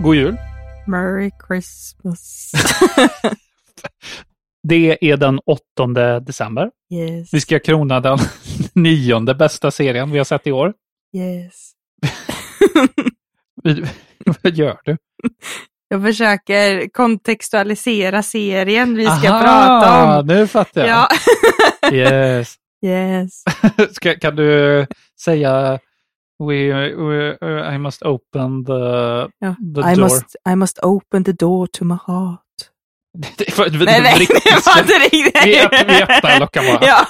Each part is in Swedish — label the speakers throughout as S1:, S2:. S1: God jul.
S2: Merry Christmas.
S1: Det är den 8 december.
S2: Yes.
S1: Vi ska krona den nionde bästa serien vi har sett i år.
S2: Yes.
S1: Vi- Vad gör du?
S2: Jag försöker kontextualisera serien vi ska
S1: Aha,
S2: prata om.
S1: nu fattar jag.
S2: Ja.
S1: Yes.
S2: yes.
S1: Ska, kan du säga we, we, uh, I must open the...
S2: Ja.
S1: The
S2: I,
S1: door.
S2: must, I must open the door to my heart.
S1: Det var- det var
S2: Nej, nej,
S1: riktigt
S2: det var inte riktigt.
S1: Vi öpp- vi öppnar luckan bara.
S2: Ja.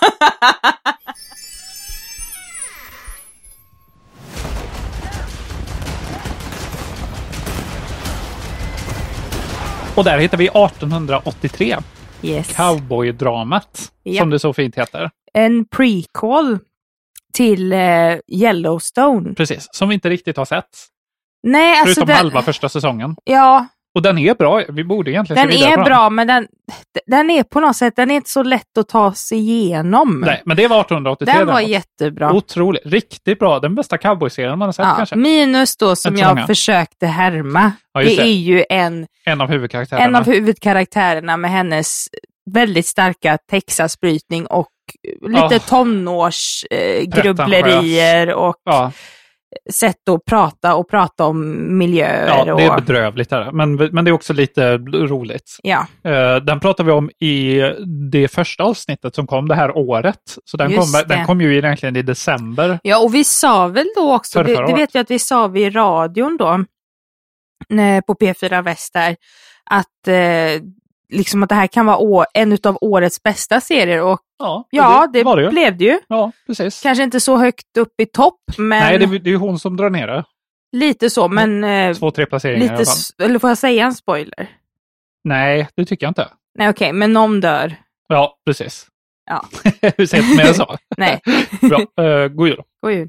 S1: Och där hittar vi 1883,
S2: Yes.
S1: cowboydramat,
S2: Ja.
S1: som det så fint heter.
S2: En prequel till eh, Yellowstone.
S1: Precis, som vi inte riktigt har sett,
S2: Nej, alltså
S1: förutom
S2: den,
S1: halva första säsongen.
S2: Ja,
S1: Och den är bra, vi borde egentligen
S2: den
S1: se vidare på
S2: är bra, men den, den är på något sätt, den är inte så lätt att ta sig igenom.
S1: Nej, men det var 1883.
S2: den var
S1: däremot.
S2: jättebra.
S1: Otroligt, riktigt bra. Den bästa cowboyserien man har sett
S2: Ja,
S1: kanske.
S2: Minus då som
S1: Inte
S2: jag
S1: många.
S2: försökte härma.
S1: Ja,
S2: det
S1: just det.
S2: är ju en,
S1: En av huvudkaraktärerna.
S2: en av huvudkaraktärerna med hennes väldigt starka Texasbrytning och lite
S1: Ja.
S2: tonårsgrubblerier och
S1: ja,
S2: sätt att prata och prata om miljöer.
S1: ja, det är
S2: och,
S1: bedrövligt. Där. Men, men det är också lite roligt.
S2: ja,
S1: Eh, Den pratar vi om i det första avsnittet som kom det här året. Så den,
S2: Just
S1: kom, den
S2: det.
S1: kom ju egentligen i december.
S2: ja, och vi sa väl då också,
S1: Förrförra
S2: det, det
S1: året.
S2: vet jag att vi sa vi i radion då, när- på P4 Väst där, att eh, Liksom att det här kan vara å- en av årets bästa serier och
S1: Ja,
S2: ja, det,
S1: var det ju.
S2: blev det ju.
S1: Ja, precis.
S2: Kanske inte så högt upp i topp, men
S1: Nej, det, är- det är ju hon som drar ner det.
S2: lite så. Men eh,
S1: Två, tre placeringar i
S2: lite,
S1: alla fall.
S2: s- eller får jag säga en spoiler?
S1: Nej, det tycker jag inte.
S2: Nej, okej, men någon dör.
S1: Ja, precis.
S2: Ja.
S1: Vi säger inte mer än så.
S2: Nej,
S1: Bra, uh, god jul.
S2: god jul.